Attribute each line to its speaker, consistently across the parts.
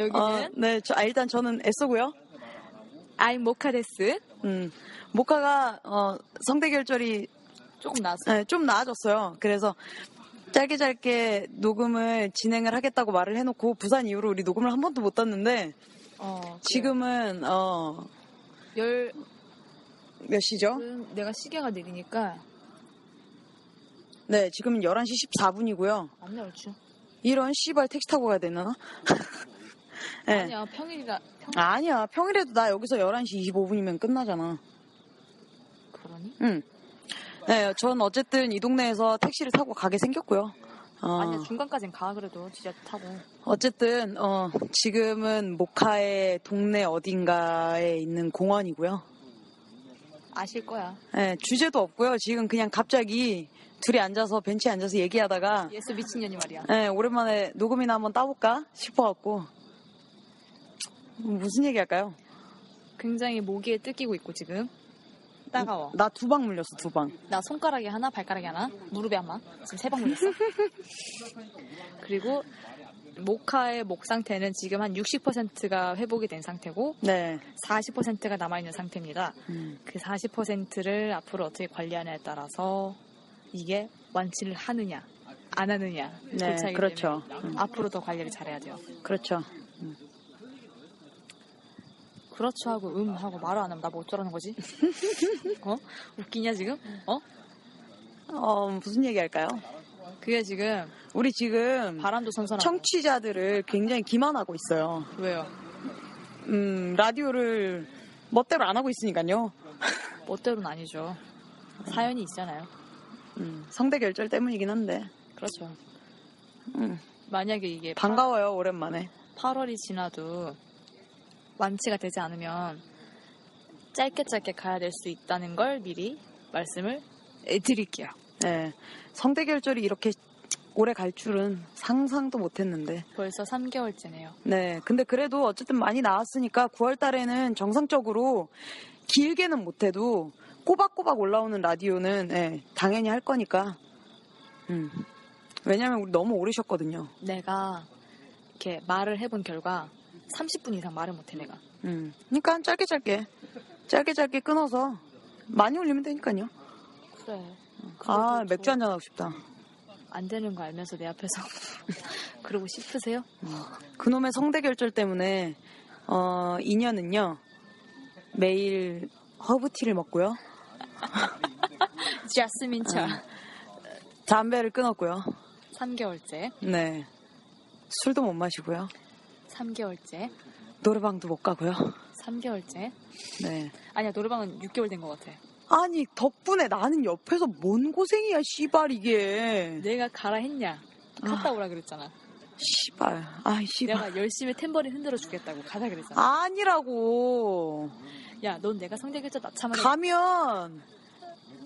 Speaker 1: 여기는
Speaker 2: 어, 네, 저, 아, 일단 저는 애쏘고요.
Speaker 1: 아이 모카데스.
Speaker 2: 음, 모카가 어, 성대결절이
Speaker 1: 조금 나왔어.
Speaker 2: 네, 좀 나아졌어요. 그래서 짧게 짧게 녹음을 진행을 하겠다고 말을 해놓고 부산 이후로 우리 녹음을 한 번도 못 땄는데
Speaker 1: 어, 그래요.
Speaker 2: 아, 지금은 어,
Speaker 1: 열
Speaker 2: 몇 시죠?
Speaker 1: 지금 내가 시계가 느리니까
Speaker 2: 네, 지금은 11시 14분이고요.
Speaker 1: 안 나올죠.
Speaker 2: 이런 씨발 택시 타고 가야 되나? 네.
Speaker 1: 아니야 평일이라 평
Speaker 2: 아니야, 평일에도 나 여기서 11시 25분이면 끝나잖아.
Speaker 1: 그러니?
Speaker 2: 응. 네, 전 어쨌든 이 동네에서 택시를 타고 가게 생겼고요. 어,
Speaker 1: 아니야 중간까진 가 그래도 진짜 타고.
Speaker 2: 어쨌든 어, 지금은 모카의 동네 어딘가에 있는 공원이고요.
Speaker 1: 아실 거야.
Speaker 2: 네, 주제도 없고요. 지금 그냥 갑자기 둘이 앉아서 벤치에 앉아서 얘기하다가
Speaker 1: 예수 미친년이 말이야.
Speaker 2: 네, 오랜만에 녹음이나 한번 따볼까 싶어갖고 무슨 얘기할까요?
Speaker 1: 굉장히 모기에 뜯기고 있고 지금. 따가워.
Speaker 2: 나 두 방 물렸어, 두 방.
Speaker 1: 나 손가락에 하나, 발가락에 하나, 무릎에 하나. 지금 세 방 물렸어. 그리고 모카의 목 상태는 지금 한 60%가 회복이 된 상태고
Speaker 2: 네.
Speaker 1: 40%가 남아있는 상태입니다.
Speaker 2: 음,
Speaker 1: 그 40%를 앞으로 어떻게 관리하냐에 따라서 이게 완치를 하느냐 안 하느냐
Speaker 2: 네,
Speaker 1: 도착이
Speaker 2: 그렇죠.
Speaker 1: 되면 앞으로 더 관리를 잘해야 돼요.
Speaker 2: 그렇죠.
Speaker 1: 그렇죠 하고 음 하고 말을 안 하면 나 뭐 어쩌라는 거지? 어? 웃기냐 지금? 어?
Speaker 2: 어, 무슨 얘기할까요?
Speaker 1: 그게 지금
Speaker 2: 우리 지금
Speaker 1: 바람도 선선하고
Speaker 2: 청취자들을 굉장히 기만하고 있어요.
Speaker 1: 왜요?
Speaker 2: 음, 라디오를 멋대로 안 하고 있으니까요.
Speaker 1: 멋대로는 아니죠. 사연이 있잖아요.
Speaker 2: 음, 성대 결절 때문이긴 한데.
Speaker 1: 그렇죠.
Speaker 2: 음,
Speaker 1: 만약에 이게
Speaker 2: 반가워요, 오랜만에.
Speaker 1: 8월이 지나도 완치가 되지 않으면 짧게 짧게 가야 될 수 있다는 걸 미리 말씀을 예, 드릴게요.
Speaker 2: 네. 성대 결절이 이렇게 오래 갈 줄은 상상도 못 했는데.
Speaker 1: 벌써 3개월째네요.
Speaker 2: 네. 근데 그래도 어쨌든 많이 나왔으니까 9월 달에는 정상적으로 길게는 못 해도 꼬박꼬박 올라오는 라디오는 예, 당연히 할 거니까. 음. 왜냐면 우리 너무 오르셨거든요.
Speaker 1: 내가 이렇게 말을 해본 결과 30분 이상 말을 못해 내가.
Speaker 2: 음. 그러니까 짧게 짧게 짧게 짧게 끊어서 많이 올리면 되니까요.
Speaker 1: 그래.
Speaker 2: 아 맥주 한잔 하고 싶다.
Speaker 1: 안 되는 거 알면서 내 앞에서 그러고 싶으세요?
Speaker 2: 그놈의 성대결절 때문에 어 인연은요 매일 허브티를 먹고요
Speaker 1: 자스민 차.
Speaker 2: 담배를 끊었고요.
Speaker 1: 3개월째.
Speaker 2: 네 술도 못 마시고요
Speaker 1: 3개월째.
Speaker 2: 노래방도 못 가고요.
Speaker 1: 3개월째.
Speaker 2: 네
Speaker 1: 아니야 노래방은 6개월 된 것 같아.
Speaker 2: 아니 덕분에 나는 옆에서 뭔 고생이야 씨발 이게
Speaker 1: 내가 가라 했냐? 갔다 오라 그랬잖아.
Speaker 2: 씨발 아 씨발
Speaker 1: 내가 열심히 탬버린 흔들어 주겠다고 가자 그랬잖아.
Speaker 2: 아니라고
Speaker 1: 야, 넌 내가 성대결절 낳자마자
Speaker 2: 가면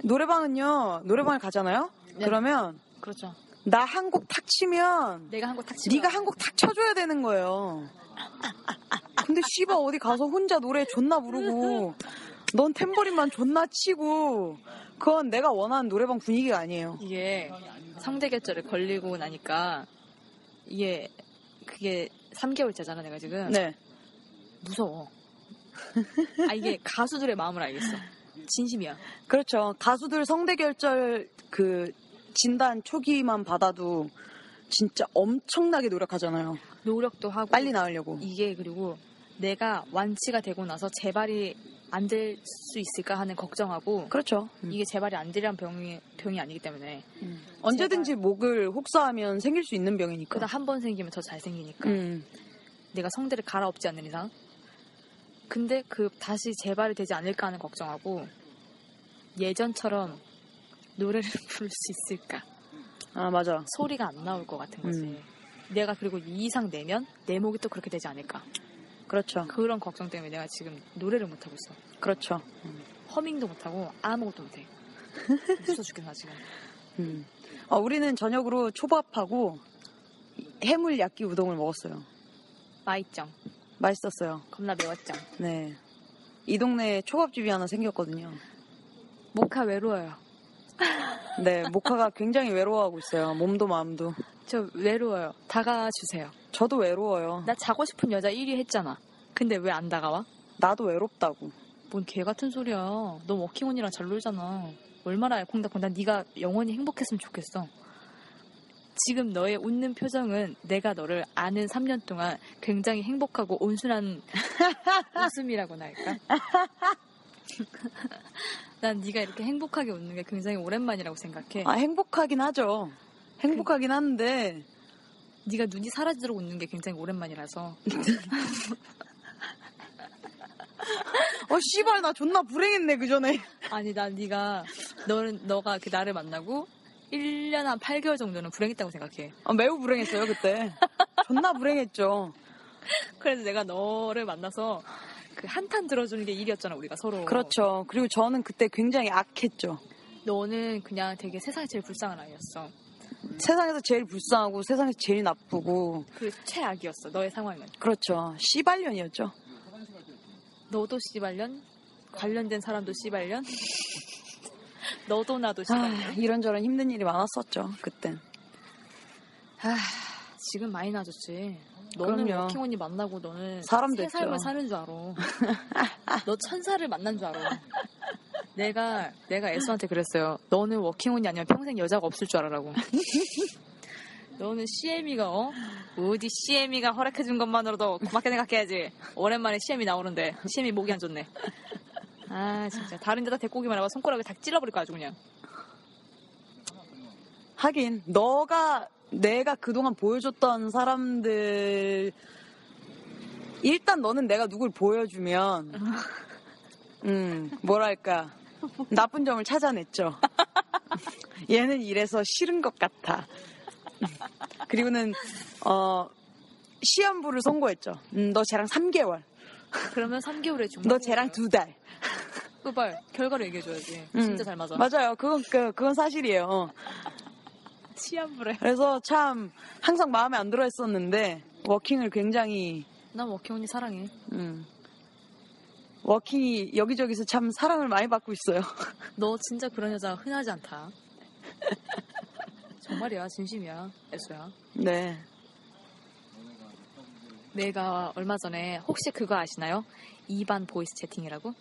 Speaker 2: 노래방은요 노래방을 가잖아요.
Speaker 1: 네.
Speaker 2: 그러면
Speaker 1: 그렇죠.
Speaker 2: 나 한 곡 탁 치면
Speaker 1: 내가 한 거탁 치고
Speaker 2: 네가 한 곡 탁 쳐줘야 되는 거예요. 근데 씨바 어디 가서 혼자 노래 존나 부르고 넌 탬버린만 존나 치고 그건 내가 원하는 노래방 분위기가 아니에요.
Speaker 1: 이게 성대결절에 걸리고 나니까 이게 그게 3개월째잖아 내가 지금.
Speaker 2: 네.
Speaker 1: 무서워. 아 이게 가수들의 마음을 알겠어. 진심이야.
Speaker 2: 그렇죠. 가수들 성대결절 그 진단 초기만 받아도 진짜 엄청나게 노력하잖아요.
Speaker 1: 노력도 하고
Speaker 2: 빨리 나으려고.
Speaker 1: 이게 그리고 내가 완치가 되고 나서 재발이 안 될 수 있을까 하는 걱정하고
Speaker 2: 그렇죠.
Speaker 1: 이게 재발이 안 되려는 병이 병이 아니기 때문에
Speaker 2: 음. 언제든지 목을 혹사하면 생길 수 있는 병이니까.
Speaker 1: 그다 한 번 생기면 더 잘 생기니까
Speaker 2: 어. 음.
Speaker 1: 내가 성대를 갈아엎지 않는 이상 근데 그 다시 재발이 되지 않을까 하는 걱정하고 예전처럼 노래를 부를 수 있을까
Speaker 2: 아 맞아.
Speaker 1: 소리가 안 나올 것 같은 거지
Speaker 2: 음.
Speaker 1: 내가 그리고 이 이상 내면 내 목이 또 그렇게 되지 않을까
Speaker 2: 그렇죠.
Speaker 1: 그런 걱정 때문에 내가 지금 노래를 못 하고 있어
Speaker 2: 그렇죠.
Speaker 1: 허밍도 못 하고 아무것도 못해 미쳐 죽겠어 지금
Speaker 2: 음. 어, 우리는 저녁으로 초밥하고 해물 야끼 우동을 먹었어요.
Speaker 1: 마이쩡
Speaker 2: 맛있었어요.
Speaker 1: 겁나 매웠쩡
Speaker 2: 네. 이 동네에 초밥집이 하나 생겼거든요.
Speaker 1: 모카 외로워요
Speaker 2: 네, 모카가 굉장히 외로워하고 있어요. 몸도 마음도.
Speaker 1: 저 외로워요 다가와 주세요
Speaker 2: 저도 외로워요.
Speaker 1: 나 자고 싶은 여자 1위 했잖아 근데 왜 안 다가와?
Speaker 2: 나도 외롭다고.
Speaker 1: 뭔 개 같은 소리야. 너 워킹 언니랑 잘 놀잖아. 얼마나 알콩달콩. 난 네가 영원히 행복했으면 좋겠어. 지금 너의 웃는 표정은 내가 너를 아는 3년 동안 굉장히 행복하고 온순한 웃음이라고나 할까? 난 네가 이렇게 행복하게 웃는 게 굉장히 오랜만이라고 생각해.
Speaker 2: 아, 행복하긴 하죠. 행복하긴 한데,
Speaker 1: 네가 눈이 사라지도록 웃는 게 굉장히 오랜만이라서.
Speaker 2: 어, 씨발, 나 존나 불행했네, 그 전에.
Speaker 1: 아니 난 네가 너는 너가 그 나를 만나고 1년 한 8개월 정도는 불행했다고 생각해.
Speaker 2: 아, 매우 불행했어요, 그때. 존나 불행했죠.
Speaker 1: 그래서 내가 너를 만나서 그 한탄 들어주는 게 일이었잖아 우리가 서로.
Speaker 2: 그렇죠. 그리고 저는 그때 굉장히 악했죠.
Speaker 1: 너는 그냥 되게 세상에 제일 불쌍한 아이였어.
Speaker 2: 세상에서 제일 불쌍하고, 세상에서 제일 나쁘고,
Speaker 1: 그 최악이었어 너의 상황은.
Speaker 2: 그렇죠. 씨발년이었죠.
Speaker 1: 너도 씨발년, 관련된 사람도 씨발년, 너도 나도
Speaker 2: 아,
Speaker 1: 씨발년.
Speaker 2: 이런저런 힘든 일이 많았었죠, 그땐.
Speaker 1: 지금 많이 나아졌지. 너는
Speaker 2: 그럼요.
Speaker 1: 워킹 언니 만나고 너는
Speaker 2: 사람
Speaker 1: 새
Speaker 2: 됐죠.
Speaker 1: 삶을 사는 줄 알아. 너 천사를 만난 줄 알아. 내가 내가 애수한테 그랬어요. 너는 워킹 언니 아니면 평생 여자가 없을 줄 알아라고. 너는 CM이가 어? 어디 CM이가 허락해준 것만으로도 고맙게 생각해야지. 오랜만에 CM이 나오는데 CM이 목이 안 좋네. 아 진짜 다른 데다 데꼬기만 해봐 손가락을 다 찔러버릴 거 아주 그냥.
Speaker 2: 하긴 너가 내가 그동안 보여줬던 사람들 일단 너는 내가 누굴 보여주면 음 뭐랄까 나쁜 점을 찾아냈죠. 얘는 이래서 싫은 것 같아. 그리고는 어 시한부를 선고했죠. 음, 너 쟤랑 3개월,
Speaker 1: 그러면 3개월에 중.
Speaker 2: 너 쟤랑 2달. 음.
Speaker 1: 그발 결과를 얘기해줘야지. 진짜 잘 맞아.
Speaker 2: 맞아요. 그건 그, 그건 사실이에요. 어.
Speaker 1: 치안불에.
Speaker 2: 그래서 참 항상 마음에 안 들어 했었는데 워킹을 굉장히
Speaker 1: 난 워킹 언니 사랑해.
Speaker 2: 음, 워킹이 여기저기서 참 사랑을 많이 받고 있어요.
Speaker 1: 너 진짜 그런 여자 흔하지 않다. 정말이야, 진심이야, 애수야.
Speaker 2: 네.
Speaker 1: 내가 얼마 전에 혹시 그거 아시나요? 이반 보이스 채팅이라고?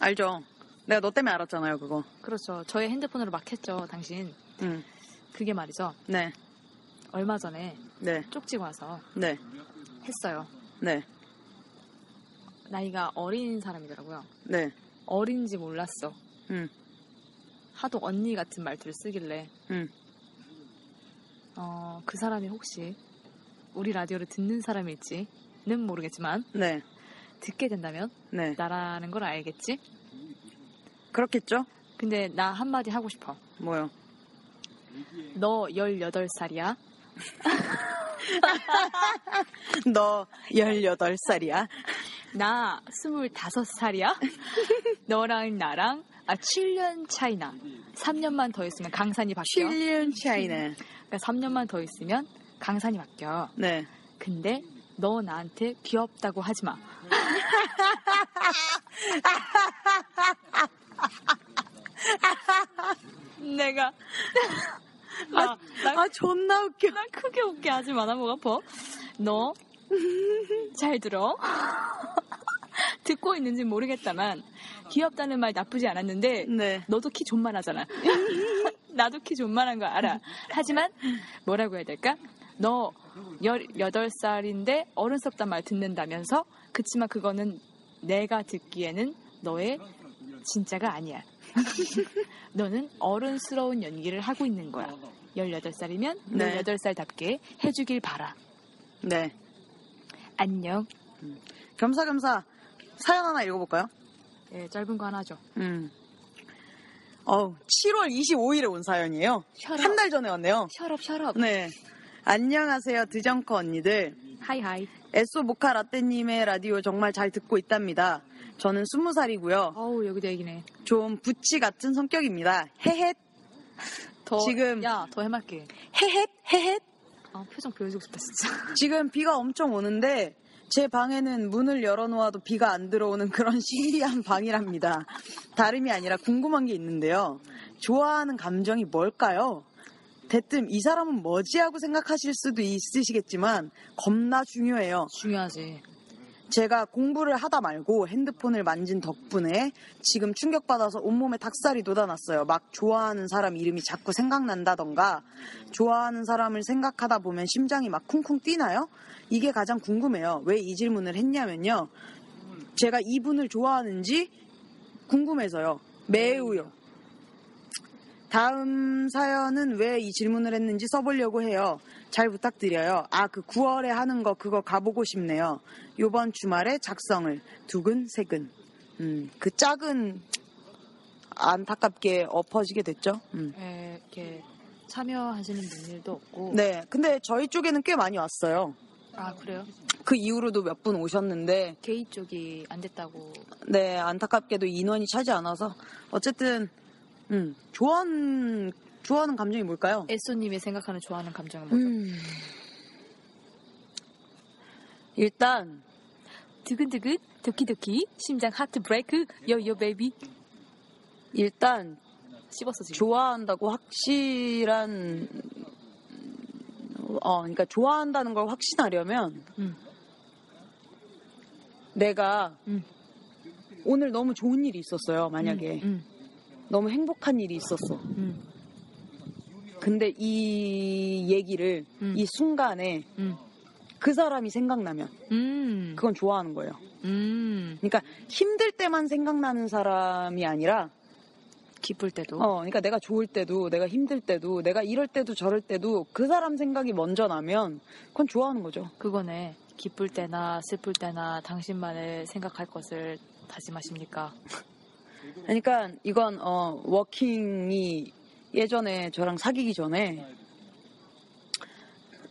Speaker 2: 알죠. 내가 너 때문에 알았잖아요, 그거.
Speaker 1: 그렇죠. 저의 핸드폰으로 막 했죠, 당신.
Speaker 2: 음.
Speaker 1: 그게 말이죠.
Speaker 2: 네.
Speaker 1: 얼마 전에
Speaker 2: 네.
Speaker 1: 쪽지 와서
Speaker 2: 네.
Speaker 1: 했어요.
Speaker 2: 네.
Speaker 1: 나이가 어린 사람이더라고요.
Speaker 2: 네.
Speaker 1: 어린지 몰랐어.
Speaker 2: 음.
Speaker 1: 하도 언니 같은 말투를 쓰길래.
Speaker 2: 음.
Speaker 1: 어, 그 사람이 혹시 우리 라디오를 듣는 사람일지는 모르겠지만
Speaker 2: 네.
Speaker 1: 듣게 된다면
Speaker 2: 네.
Speaker 1: 나라는 걸 알겠지?
Speaker 2: 그렇겠죠?
Speaker 1: 근데 나 한마디 하고 싶어.
Speaker 2: 뭐요?
Speaker 1: 너 18살이야.
Speaker 2: 너 18살이야.
Speaker 1: 나 25살이야. 너랑 나랑 아 7년 차이나. 3년만 더 있으면 강산이 바뀌어.
Speaker 2: 7년 차이네.
Speaker 1: 그러니까 3년만 더 있으면 강산이 바뀌어.
Speaker 2: 네.
Speaker 1: 근데 너 나한테 귀엽다고 하지 마. 내가 나, 나
Speaker 2: 아, 존나 웃겨.
Speaker 1: 난 크게 웃게 하지 마. 나목 아파. 너, 잘 들어. 듣고 있는지 모르겠다만, 귀엽다는 말 나쁘지 않았는데,
Speaker 2: 네.
Speaker 1: 너도 키 존만하잖아. 나도 키 존만한 거 알아. 하지만, 뭐라고 해야 될까? 너, 18살인데 어른스럽단 말 듣는다면서, 그치만 그거는 내가 듣기에는 너의 진짜가 아니야. 너는 어른스러운 연기를 하고 있는 거야. 18살이면
Speaker 2: 네.
Speaker 1: 18살답게 해주길 바라.
Speaker 2: 네.
Speaker 1: 안녕.
Speaker 2: 겸사겸사 사연 하나 읽어볼까요?
Speaker 1: 예, 짧은 거 하나죠.
Speaker 2: 음. 어우, 7월 25일에 온 사연이에요.
Speaker 1: 혈압,
Speaker 2: 한 달 전에 왔네요.
Speaker 1: 혈압, 혈압.
Speaker 2: 네. 안녕하세요, 드정커 언니들.
Speaker 1: 하이, 하이.
Speaker 2: 에쏘 모카 라떼님의 라디오 정말 잘 듣고 있답니다. 저는 20살이고요.
Speaker 1: 어우, 여기도 얘기네.
Speaker 2: 좀 부치 같은 성격입니다. 헤헷,
Speaker 1: 더,
Speaker 2: 지금-
Speaker 1: 야, 더 해맑게.
Speaker 2: 헤헷, 헤헷.
Speaker 1: 아, 표정 보여주고 싶다, 진짜.
Speaker 2: 지금 비가 엄청 오는데 제 방에는 문을 열어놓아도 비가 안 들어오는 그런 신기한 방이랍니다. 다름이 아니라 궁금한 게 있는데요. 좋아하는 감정이 뭘까요? 대뜸 이 사람은 뭐지 하고 생각하실 수도 있으시겠지만 겁나 중요해요.
Speaker 1: 중요하지.
Speaker 2: 제가 공부를 하다 말고 핸드폰을 만진 덕분에 지금 충격받아서 온몸에 닭살이 돋아났어요. 막 좋아하는 사람 이름이 자꾸 생각난다던가 좋아하는 사람을 생각하다 보면 심장이 막 쿵쿵 뛰나요? 이게 가장 궁금해요. 왜 이 질문을 했냐면요. 제가 이분을 좋아하는지 궁금해서요. 매우요. 다음 사연은 왜 이 질문을 했는지 써보려고 해요. 잘 부탁드려요. 아, 그 9월에 하는 거 그거 가보고 싶네요. 요번 주말에 작성을 두근세근. 음, 그 짝은 안타깝게 엎어지게 됐죠. 음.
Speaker 1: 예, 이렇게 참여하시는 분들도 없고.
Speaker 2: 네, 근데 저희 쪽에는 꽤 많이 왔어요.
Speaker 1: 아, 그래요?
Speaker 2: 그 이후로도 몇 분 오셨는데,
Speaker 1: 게이 쪽이 안 됐다고.
Speaker 2: 네, 안타깝게도 인원이 차지 않아서, 어쨌든, 음, 좋아하는, 좋아하는 감정이 뭘까요?
Speaker 1: 에쏘님이 생각하는 좋아하는 감정은 뭐죠?
Speaker 2: 음. 일단,
Speaker 1: 두근두근, 도키도키, 심장 하트 브레이크, 요요 베이비.
Speaker 2: 일단,
Speaker 1: 씹었어, 지금.
Speaker 2: 좋아한다고 확실한 어 그러니까 좋아한다는 걸 확신하려면
Speaker 1: 음.
Speaker 2: 내가
Speaker 1: 음.
Speaker 2: 오늘 너무 좋은 일이 있었어요 만약에
Speaker 1: 음,
Speaker 2: 너무 행복한 일이 있었어
Speaker 1: 음,
Speaker 2: 근데 이 얘기를
Speaker 1: 음.
Speaker 2: 이 순간에
Speaker 1: 음,
Speaker 2: 그 사람이 생각나면
Speaker 1: 음,
Speaker 2: 그건 좋아하는 거예요
Speaker 1: 음.
Speaker 2: 그러니까 힘들 때만 생각나는 사람이 아니라
Speaker 1: 기쁠 때도.
Speaker 2: 어, 그러니까 내가 좋을 때도, 내가 힘들 때도, 내가 이럴 때도 저럴 때도 그 사람 생각이 먼저 나면 그건 좋아하는 거죠.
Speaker 1: 그거네. 기쁠 때나 슬플 때나 당신만을 생각할 것을 다짐하십니까?
Speaker 2: 그러니까 이건 어, 워킹이 예전에 저랑 사귀기 전에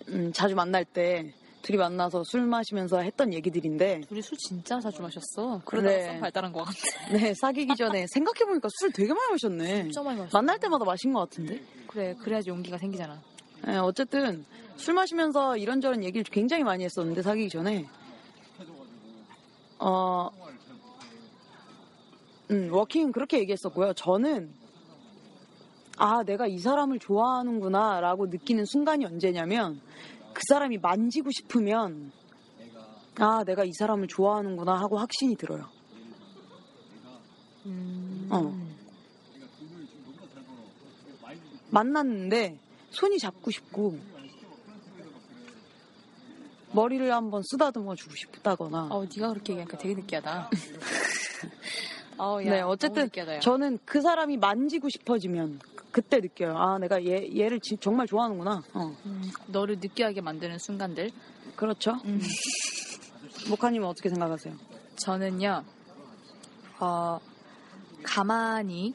Speaker 2: 음, 자주 만날 때 둘이 만나서 술 마시면서 했던 얘기들인데
Speaker 1: 우리 술 진짜 자주 마셨어. 그러다가
Speaker 2: 네.
Speaker 1: 썸 발달한 것 같아.
Speaker 2: 네, 사귀기 전에 생각해 보니까 술 되게 많이 마셨네.
Speaker 1: 진짜 많이 마셨어.
Speaker 2: 만날 때마다 마신 것 같은데.
Speaker 1: 그래, 그래야지 용기가 생기잖아.
Speaker 2: 네, 어쨌든 술 마시면서 이런저런 얘기를 굉장히 많이 했었는데 사귀기 전에 어, 음, 워킹 그렇게 얘기했었고요. 저는 아 내가 이 사람을 좋아하는구나라고 느끼는 순간이 언제냐면 그 사람이 만지고 싶으면 아 내가 이 사람을 좋아하는구나 하고 확신이 들어요.
Speaker 1: 음.
Speaker 2: 어. 만났는데 손이 잡고 싶고 머리를 한번 쓰다듬어 주고 싶다거나
Speaker 1: 어, 네가 그렇게 얘기하니까 되게 느끼하다. 어, 야,
Speaker 2: 네
Speaker 1: 너무
Speaker 2: 어쨌든
Speaker 1: 느끼하다, 야.
Speaker 2: 저는 그 사람이 만지고 싶어지면 그- 그때 느껴요 아 내가 얘 얘를 지- 정말 좋아하는구나 어
Speaker 1: 음, 너를 느끼하게 만드는 순간들.
Speaker 2: 그렇죠
Speaker 1: 음.
Speaker 2: 목하님은 어떻게 생각하세요
Speaker 1: 저는요, 어, 가만히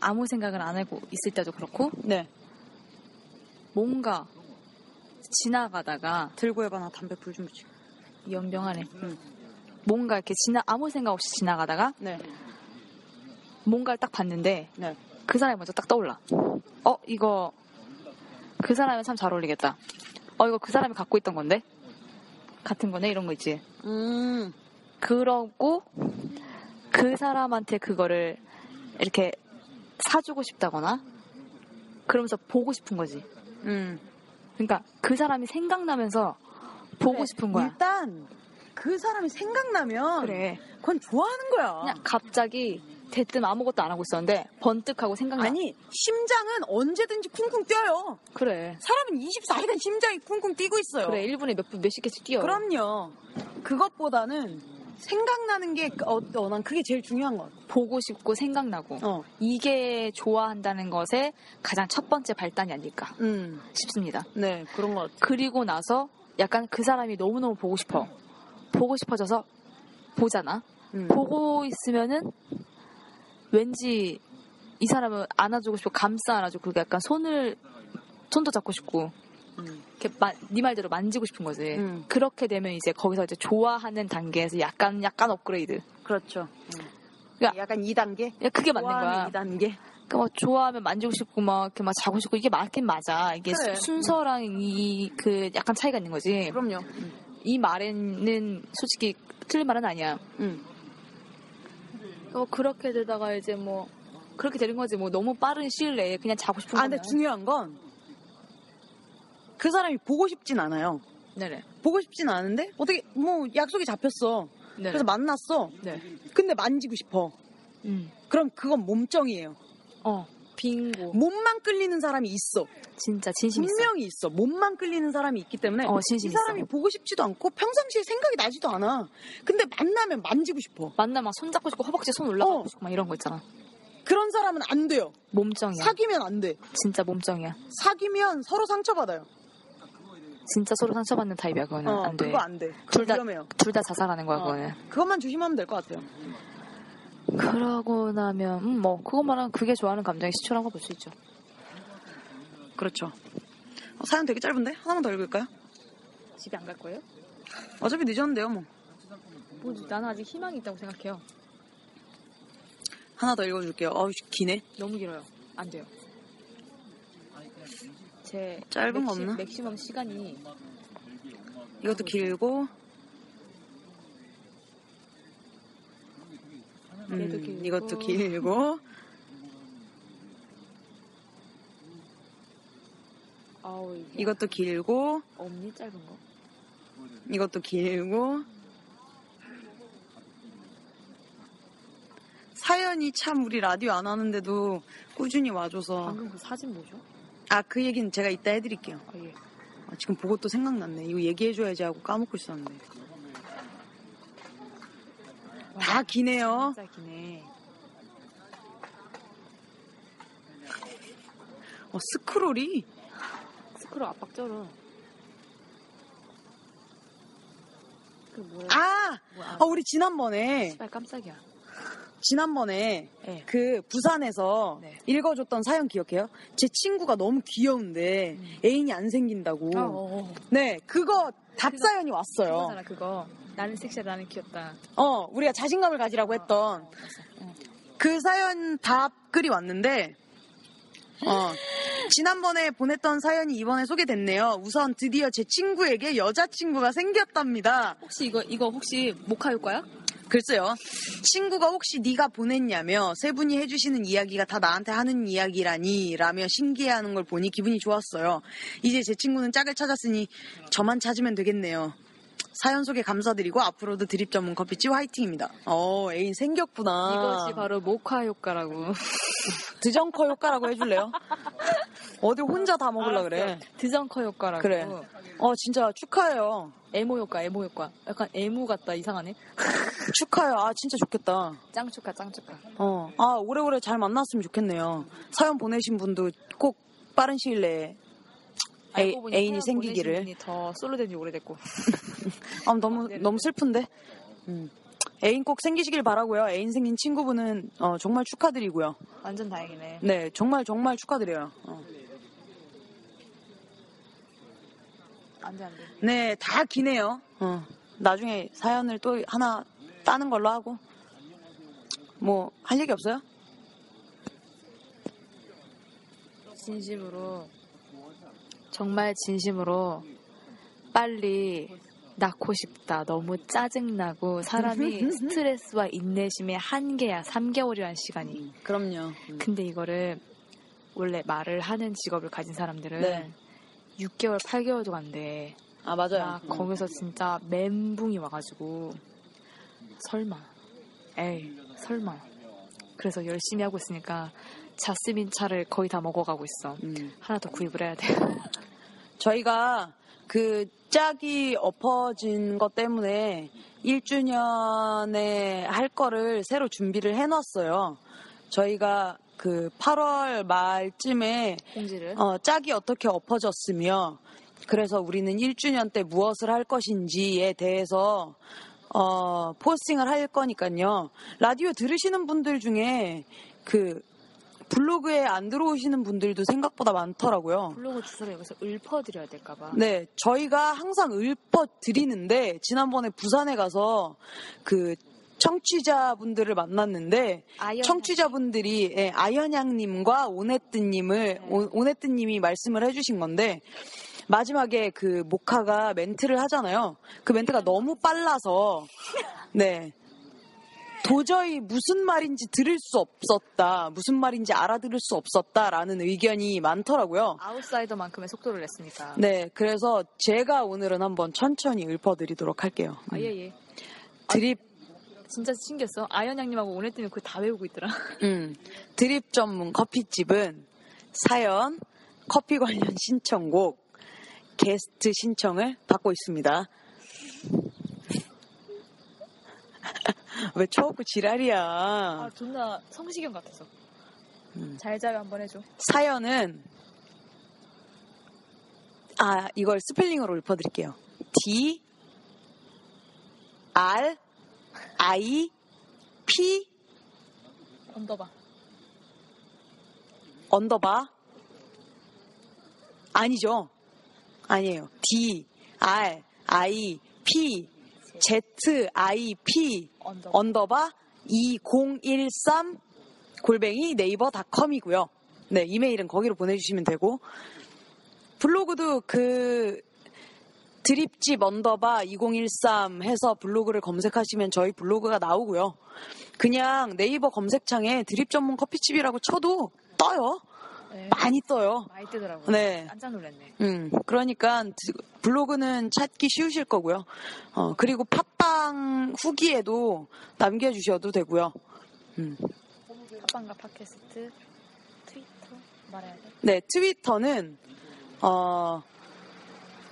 Speaker 1: 아무 생각을 안 하고 있을 때도 그렇고,
Speaker 2: 네
Speaker 1: 뭔가 지나가다가,
Speaker 2: 들고 해봐나 담배 불 좀 붙이고
Speaker 1: 연병하네. 음, 뭔가 이렇게 지나, 아무 생각 없이 지나가다가, 뭔가를 딱 봤는데,
Speaker 2: 네, 네네음
Speaker 1: 그 사람이 먼저 딱 떠올라. 어, 이거, 그 사람이 참 잘 어울리겠다. 어, 이거 그 사람이 갖고 있던 건데? 같은 거네? 이런 거 있지. 음, 그러고 그 사람한테 그거를 이렇게 사주고 싶다거나 그러면서 보고 싶은 거지.
Speaker 2: 음.
Speaker 1: 그러니까 그 사람이 생각나면서 보고
Speaker 2: 그래,
Speaker 1: 싶은 거야.
Speaker 2: 네, 일단 그 사람이 생각나면
Speaker 1: 그래.
Speaker 2: 그건 좋아하는 거야
Speaker 1: 그냥 갑자기 대뜸 아무것도 안 하고 있었는데 번뜩하고 생각나.
Speaker 2: 아니 심장은 언제든지 쿵쿵 뛰어요.
Speaker 1: 그래.
Speaker 2: 사람은 24시간 심장이 쿵쿵 뛰고 있어요. 그렇죠.
Speaker 1: 그래. 1분에 몇 분 몇십 개씩 뛰어.
Speaker 2: 그럼요. 그것보다는 생각나는 게, 어, 어, 난 그게 제일 중요한 것 같아.
Speaker 1: 보고 싶고 생각나고
Speaker 2: 어,
Speaker 1: 이게 좋아한다는 것의 가장 첫 번째 발단이 아닐까
Speaker 2: 음,
Speaker 1: 싶습니다.
Speaker 2: 네, 그런 것 같아.
Speaker 1: 그리고 나서 약간 그 사람이 너무너무 보고 싶어. 보고 싶어져서 보잖아.
Speaker 2: 음.
Speaker 1: 보고 있으면은 왠지 이 사람은 안아주고 싶고 감싸 안아주고 그게 약간 손을 손도 잡고 싶고
Speaker 2: 음.
Speaker 1: 이렇게 마- 네 말대로 만지고 싶은 거지.
Speaker 2: 음.
Speaker 1: 그렇게 되면 이제 거기서 이제 좋아하는 단계에서 약간 약간 업그레이드.
Speaker 2: 그렇죠. 그러니까 예,
Speaker 1: 야.
Speaker 2: 약간 2단계?
Speaker 1: 야, 그게 맞는 거야.
Speaker 2: 2단계?
Speaker 1: 그러니까 막 좋아하면 만지고 싶고 막 이렇게 막 자고 싶고 이게 맞긴 맞아. 이게
Speaker 2: 그래.
Speaker 1: 수- 순서랑 이 그 약간 차이가 있는 거지.
Speaker 2: 네, 그럼요.
Speaker 1: 이 말에는 솔직히 틀린 말은 아니야.
Speaker 2: 음.
Speaker 1: 어, 그렇게 되다가 이제 뭐 그렇게 되는 거지 뭐 너무 빠른 시일 내에 그냥 자고 싶은
Speaker 2: 아,
Speaker 1: 거면
Speaker 2: 근데 중요한 건 그 사람이 보고 싶진 않아요.
Speaker 1: 네네
Speaker 2: 보고 싶진 않은데 어떻게 뭐 약속이 잡혔어.
Speaker 1: 네.
Speaker 2: 그래서 만났어.
Speaker 1: 네.
Speaker 2: 근데 만지고 싶어.
Speaker 1: 음.
Speaker 2: 그럼 그건 몸정이에요.
Speaker 1: 어 빙고
Speaker 2: 몸만 끌리는 사람이 있어.
Speaker 1: 진짜 진심 있어.
Speaker 2: 분명히 있어. 몸만 끌리는 사람이 있기 때문에
Speaker 1: 어 진심
Speaker 2: 이
Speaker 1: 있어.
Speaker 2: 사람이 보고 싶지도 않고 평상시에 생각이 나지도 않아. 근데 만나면 만지고 싶어.
Speaker 1: 만나 막 손 잡고 싶고 허벅지 손 올라가고
Speaker 2: 어.
Speaker 1: 싶고 막 이런 거 있잖아.
Speaker 2: 그런 사람은 안 돼요.
Speaker 1: 몸정이야.
Speaker 2: 사귀면 안 돼.
Speaker 1: 진짜 몸정이야.
Speaker 2: 사귀면 서로 상처받아요.
Speaker 1: 진짜 서로 상처받는 타입이야 그거는
Speaker 2: 어,
Speaker 1: 음, 안 돼.
Speaker 2: 그거 안 돼.
Speaker 1: 둘 다-
Speaker 2: 위험해요.
Speaker 1: 둘 다 자살하는 거야
Speaker 2: 어.
Speaker 1: 그거는.
Speaker 2: 그것만 조심하면 될 것 같아요.
Speaker 1: 그러고 나면 음, 뭐 그것만은 그게 좋아하는 감정이 시초라는 걸 볼 수 있죠.
Speaker 2: 그렇죠. 어, 사연 되게 짧은데? 하나만 더 읽을까요?
Speaker 1: 집에 안 갈 거예요?
Speaker 2: 어차피 늦었는데요, 뭐.
Speaker 1: 뭐지? 나는 아직 희망이 있다고 생각해요.
Speaker 2: 하나 더 읽어줄게요. 어우, 기네.
Speaker 1: 너무 길어요. 안 돼요. 제
Speaker 2: 짧은 거 없나?
Speaker 1: 맥시멈 시간이
Speaker 2: 이것도 길고. 음,
Speaker 1: 얘도 길고.
Speaker 2: 이것도 길고.
Speaker 1: 아우 이게
Speaker 2: 이것도 길고.
Speaker 1: 없니 짧은 거?
Speaker 2: 어. 이것도 길고. 사연이 참 우리 라디오 안 하는데도 꾸준히 와줘서.
Speaker 1: 방금 그 사진 뭐죠?
Speaker 2: 아, 그 얘기는 제가 이따 해드릴게요.
Speaker 1: 아 예.
Speaker 2: 아, 지금 보고 또 생각났네. 이거 얘기해줘야지 하고 까먹고 있었는데. 다 기네요.
Speaker 1: 진짜 기네.
Speaker 2: 어, 스크롤이.
Speaker 1: 스크롤 압박절은 그 뭐야?
Speaker 2: 아!
Speaker 1: 뭐야?
Speaker 2: 아, 우리 지난번에,
Speaker 1: 씨발 깜짝이야.
Speaker 2: 지난번에
Speaker 1: 예.
Speaker 2: 그 부산에서
Speaker 1: 네.
Speaker 2: 읽어줬던 사연 기억해요? 제 친구가 너무 귀여운데
Speaker 1: 음.
Speaker 2: 애인이 안 생긴다고.
Speaker 1: 아, 어, 어.
Speaker 2: 네, 그거 답사연이 왔어요.
Speaker 1: 그거잖아 그거. 나는 섹시하다, 나는 귀엽다.
Speaker 2: 어, 우리가 자신감을 가지라고 했던
Speaker 1: 어, 맞아. 응.
Speaker 2: 그 사연 답글이 왔는데 어, 지난번에 보냈던 사연이 이번에 소개됐네요. 우선 드디어 제 친구에게 여자친구가 생겼답니다.
Speaker 1: 혹시 이거 이거 혹시 모카 효과야?
Speaker 2: 글쎄요. 친구가 혹시 네가 보냈냐며 세 분이 해주시는 이야기가 다 나한테 하는 이야기라니 라며 신기해하는 걸 보니 기분이 좋았어요. 이제 제 친구는 짝을 찾았으니 저만 찾으면 되겠네요. 사연 소개 감사드리고 앞으로도 드립 전문 커피집 화이팅입니다. 어 애인 생겼구나.
Speaker 1: 이것이 바로 모카 효과라고.
Speaker 2: 드정커 효과라고 해줄래요? 어디 혼자 다 먹으려 그래.
Speaker 1: 드정커 효과라고.
Speaker 2: 그래. 어 진짜 축하해요.
Speaker 1: 에모 효과, 에모 효과. 약간 에모 같다 이상하네.
Speaker 2: 축하해요. 아 진짜 좋겠다.
Speaker 1: 짱 축하, 짱 축하.
Speaker 2: 어. 아 오래오래 잘 만났으면 좋겠네요. 사연 보내신 분도 꼭 빠른 시일 내에 애,
Speaker 1: 알고 보니
Speaker 2: 애인이
Speaker 1: 태양
Speaker 2: 생기기를.
Speaker 1: 보내신 분이 더 솔로된 지 오래됐고.
Speaker 2: 아 너무 너무 슬픈데. 음. 애인 꼭 생기시길 바라고요. 애인 생긴 친구분은 어, 정말 축하드리고요.
Speaker 1: 완전 다행이네.
Speaker 2: 네, 정말 정말 축하드려요. 어.
Speaker 1: 안돼 안돼.
Speaker 2: 네, 다 기네요. 어. 나중에 사연을 또 하나 따는 걸로 하고. 뭐, 할 얘기 없어요?
Speaker 1: 진심으로 정말 진심으로 빨리 낳고 싶다. 너무 짜증나고 사람이 스트레스와 인내심의 한계야. 3개월이란 시간이.
Speaker 2: 그럼요.
Speaker 1: 근데 이거를 원래 말을 하는 직업을 가진 사람들은
Speaker 2: 네.
Speaker 1: 6개월, 8개월도 네. 간대.
Speaker 2: 아, 맞아요.
Speaker 1: 막 거기서 진짜 멘붕이 와가지고 설마, 에이, 설마. 그래서 열심히 하고 있으니까 자스민 차를 거의 다 먹어가고 있어.
Speaker 2: 음.
Speaker 1: 하나 더 구입을 해야 돼.
Speaker 2: 저희가 그 짝이 엎어진 것 때문에 1주년에 할 거를 새로 준비를 해놨어요. 저희가 그 8월 말쯤에
Speaker 1: 공지를.
Speaker 2: 어, 짝이 어떻게 엎어졌으며 그래서 우리는 1주년 때 무엇을 할 것인지에 대해서 어, 포스팅을 할 거니까요. 라디오 들으시는 분들 중에 그 블로그에 안 들어오시는 분들도 생각보다 많더라고요.
Speaker 1: 블로그 주소를 여기서 읊어드려야 될까봐.
Speaker 2: 네, 저희가 항상 읊어 드리는데 지난번에 부산에 가서 그 청취자분들을 만났는데
Speaker 1: 아이언
Speaker 2: 청취자분들이 예, 아연양님과 오네뜨님을 오- 오네뜨님이 말씀을 해주신 건데 마지막에 그 모카가 멘트를 하잖아요. 그 멘트가 너무 빨라서 네. 도저히 무슨 말인지 들을 수 없었다, 무슨 말인지 알아들을 수 없었다라는 의견이 많더라고요.
Speaker 1: 아웃사이더만큼의 속도를 냈으니까.
Speaker 2: 네, 그래서 제가 오늘은 한번 천천히 읊어드리도록 할게요.
Speaker 1: 아, 예, 예.
Speaker 2: 드립,
Speaker 1: 진짜 신기했어. 아연 양님하고 오늘 때문에 그거 다 외우고 있더라.
Speaker 2: 음, 드립 전문 커피집은 사연, 커피 관련 신청곡, 게스트 신청을 받고 있습니다. 왜 쳐갖고 지랄이야.
Speaker 1: 아, 존나 성시경 같아서.
Speaker 2: 음.
Speaker 1: 잘 자요, 한번 해줘.
Speaker 2: 사연은, 아, 이걸 스펠링으로 읊어드릴게요. D, R, I, P,
Speaker 1: 언더바.
Speaker 2: 언더바 아니죠 아니에요 D R I P Z I P
Speaker 1: 언더바.
Speaker 2: 언더바 2013 골뱅이 네이버닷컴이고요 네 이메일은 거기로 보내주시면 되고 블로그도 그 드립집 언더바 2013 해서 블로그를 검색하시면 저희 블로그가 나오고요. 그냥 네이버 검색창에 드립 전문 커피집이라고 쳐도 떠요.
Speaker 1: 네.
Speaker 2: 많이 떠요.
Speaker 1: 많이 뜨더라고요.
Speaker 2: 네.
Speaker 1: 깜짝 놀랐네.
Speaker 2: 음, 그러니까 드- 블로그는 찾기 쉬우실 거고요. 어, 그리고 팟빵 후기에도 남겨주셔도 되고요.
Speaker 1: 팟빵과 팟캐스트, 트위터 말해야 돼.
Speaker 2: 네, 트위터는 어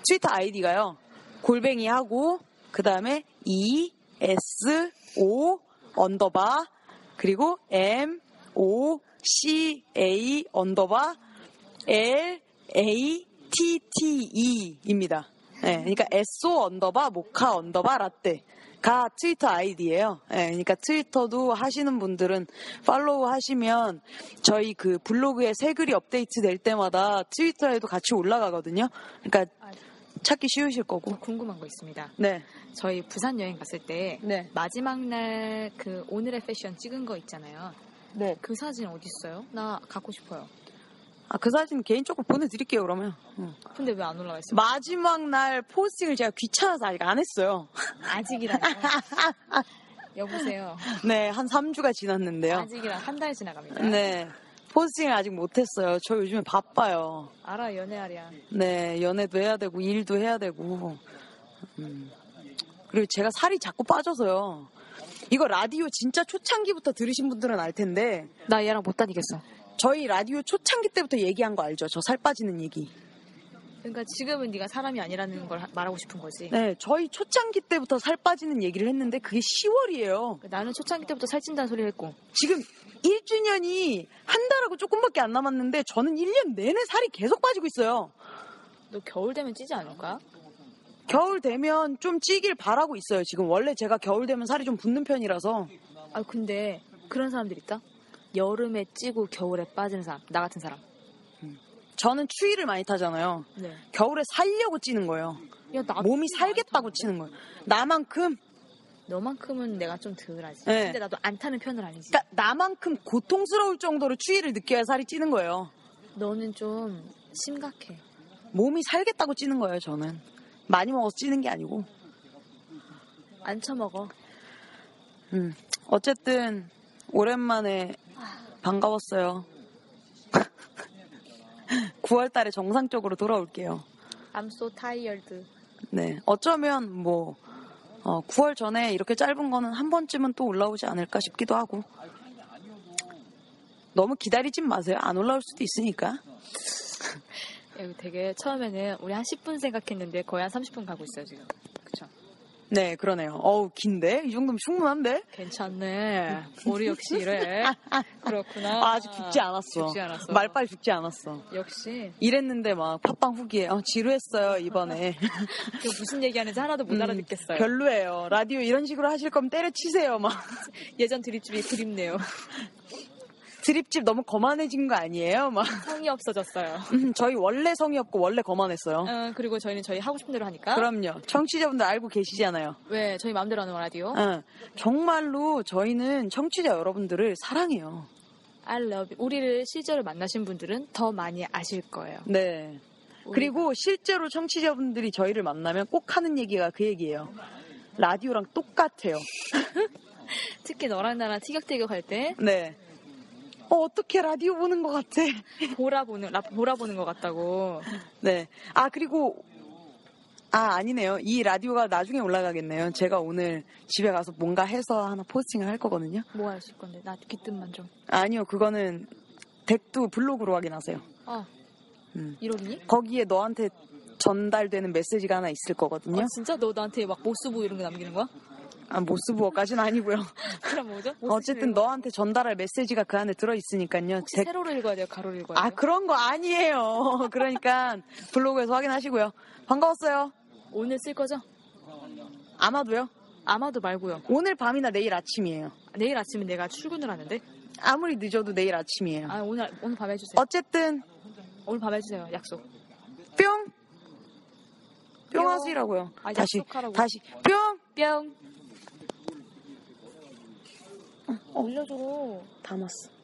Speaker 2: 트위터 아이디가요. 골뱅이 하고 그 다음에 E S O 언더바 그리고 M O C A 언더바 L A T T E입니다. 네, 그러니까 S O 언더바 모카 언더바 라떼. 가 트위터 아이디예요. 예, 그러니까 트위터도 하시는 분들은 팔로우 하시면 저희 그 블로그에 새 글이 업데이트 될 때마다 트위터에도 같이 올라가거든요. 그러니까
Speaker 1: 아,
Speaker 2: 찾기 쉬우실 거고.
Speaker 1: 저 궁금한 거 있습니다.
Speaker 2: 네,
Speaker 1: 저희 부산 여행 갔을 때
Speaker 2: 네,
Speaker 1: 마지막 날 그 오늘의 패션 찍은 거 있잖아요.
Speaker 2: 네.
Speaker 1: 그 사진 어디 있어요? 나 갖고 싶어요.
Speaker 2: 아, 그 사진 개인적으로 보내드릴게요. 그러면 응.
Speaker 1: 근데 왜 안 올라와 있어요?
Speaker 2: 마지막 날 포스팅을 제가 귀찮아서 아직 안 했어요.
Speaker 1: 아직이라뇨. 여보세요.
Speaker 2: 네, 한 3주가
Speaker 1: 네.
Speaker 2: 지났는데요.
Speaker 1: 아직이랑 한 달 지나갑니다.
Speaker 2: 네, 포스팅을 아직 못 했어요. 저 요즘에 바빠요.
Speaker 1: 알아 연애하랴.
Speaker 2: 네, 연애도 해야 되고 일도 해야 되고. 음. 그리고 제가 살이 자꾸 빠져서요. 이거 라디오 진짜 초창기부터 들으신 분들은 알 텐데
Speaker 1: 나 얘랑 못 다니겠어.
Speaker 2: 저희 라디오 초창기 때부터 얘기한 거 알죠? 저 살 빠지는 얘기.
Speaker 1: 그러니까 지금은 네가 사람이 아니라는 걸 하- 말하고 싶은 거지.
Speaker 2: 네, 저희 초창기 때부터 살 빠지는 얘기를 했는데 그게 10월이에요.
Speaker 1: 나는 초창기 때부터 살찐다는 소리를 했고
Speaker 2: 지금 1주년이 한 달하고 조금밖에 안 남았는데 저는 1년 내내 살이 계속 빠지고 있어요.
Speaker 1: 너 겨울 되면 찌지 않을까?
Speaker 2: 겨울 되면 좀 찌길 바라고 있어요. 지금 원래 제가 겨울 되면 살이 좀 붙는 편이라서
Speaker 1: 아 근데 그런 사람들 있다. 여름에 찌고 겨울에 빠지는 사람 나 같은 사람.
Speaker 2: 저는 추위를 많이 타잖아요.
Speaker 1: 네.
Speaker 2: 겨울에 살려고 찌는 거예요.
Speaker 1: 야 나도
Speaker 2: 몸이
Speaker 1: 좀 아, 많이
Speaker 2: 살겠다고
Speaker 1: 타는데.
Speaker 2: 찌는 거예요. 나만큼
Speaker 1: 너만큼은 내가 좀 덜하지.
Speaker 2: 네.
Speaker 1: 근데 나도 안 타는 편은 아니지.
Speaker 2: 그러니까 나만큼 고통스러울 정도로 추위를 느껴야 살이 찌는 거예요.
Speaker 1: 너는 좀 심각해.
Speaker 2: 몸이 살겠다고 찌는 거예요. 저는 많이 먹어서 찌는 게 아니고.
Speaker 1: 안 처먹어.
Speaker 2: 음. 어쨌든 오랜만에 반가웠어요. 9월 달에 정상적으로 돌아올게요.
Speaker 1: I'm so tired.
Speaker 2: 네. 어쩌면 뭐 어, 9월 전에 이렇게 짧은 거는 한 번쯤은 또 올라오지 않을까 싶기도 하고. 너무 기다리진 마세요. 안 올라올 수도 있으니까.
Speaker 1: 여기 되게 처음에는 우리 한 10분 생각했는데 거의 한 30분 가고 있어요 지금. 그쵸?
Speaker 2: 네, 그러네요. 어우, 긴데? 이 정도면 충분한데?
Speaker 1: 괜찮네. 우리 역시 이래. 그렇구나.
Speaker 2: 아, 아직 죽지 않았어.
Speaker 1: 죽지 않았어.
Speaker 2: 말빨 죽지 않았어.
Speaker 1: 역시
Speaker 2: 이랬는데 막 팟빵 후기에 어, 지루했어요 이번에
Speaker 1: 그 무슨 얘기하는지 하나도 못
Speaker 2: 음,
Speaker 1: 알아듣겠어요.
Speaker 2: 별로예요 라디오 이런 식으로 하실 거면 때려치세요 막
Speaker 1: 예전 드립집이 그립네요.
Speaker 2: 드립집 너무 거만해진 거 아니에요 막
Speaker 1: 성이 없어졌어요.
Speaker 2: 음, 저희 원래 성이 없고 원래 거만했어요
Speaker 1: 어, 그리고 저희는 저희 하고 싶은 대로
Speaker 2: 아?
Speaker 1: 하니까.
Speaker 2: 그럼요 청취자분들 알고 계시잖아요
Speaker 1: 왜 저희 마음대로 하는 라디오?
Speaker 2: 어, 정말로 저희는 청취자 여러분들을 사랑해요
Speaker 1: I love you. 우리를 실제로 만나신 분들은 더 많이 아실 거예요.
Speaker 2: 네 그리고 실제로 청취자분들이 저희를 만나면 꼭 하는 얘기가 그 얘기예요 라디오랑 똑같아요
Speaker 1: 특히 너랑 나랑 티격태격 할 때
Speaker 2: 네 어, 어떻게 라디오 보는 것 같아
Speaker 1: 보라보는 라- 보라보는 것 같다고.
Speaker 2: 네. 아, 그리고, 아, 아니네요. 이 라디오가 나중에 올라가겠네요. 제가 오늘 집에 가서 뭔가 해서 하나 포스팅을 할 거거든요.
Speaker 1: 뭐 하실 건데 나 귀뜸만 좀.
Speaker 2: 아니요, 그거는 댓도 블로그로 확인하세요.
Speaker 1: 아
Speaker 2: 음.
Speaker 1: 이러니?
Speaker 2: 거기에 너한테 전달되는 메시지가 하나 있을
Speaker 1: 아,
Speaker 2: 거거든요.
Speaker 1: 진짜 너 나한테 막 모스부 이런 거 남기는 거야?
Speaker 2: 아, 모스부어까지는 아니고요.
Speaker 1: 그럼 뭐죠? 모스부
Speaker 2: 어쨌든
Speaker 1: 이런 거.
Speaker 2: 너한테 전달할 메시지가 그 안에 들어있으니까요.
Speaker 1: 혹시
Speaker 2: 댓-
Speaker 1: 세로로 읽어야 돼요? 가로로 읽어야 돼요?
Speaker 2: 아, 그런 거 아니에요. 그러니까 블로그에서 확인하시고요. 반가웠어요.
Speaker 1: 오늘 쓸 거죠?
Speaker 2: 아마도요.
Speaker 1: 아마도 말고요.
Speaker 2: 오늘 밤이나 내일 아침이에요.
Speaker 1: 내일 아침에 내가 출근을 하는데.
Speaker 2: 아무리 늦어도 내일 아침이에요.
Speaker 1: 아 오늘 오늘 밤에 해주세요.
Speaker 2: 네. 어쨌든
Speaker 1: 오늘 밤에 해주세요. 약속.
Speaker 2: 뿅. 뿅 하시라고요.
Speaker 1: 아,
Speaker 2: 다시
Speaker 1: 약속하라고.
Speaker 2: 다시 뿅.
Speaker 1: 뿅. 올려줘.
Speaker 2: 담았어.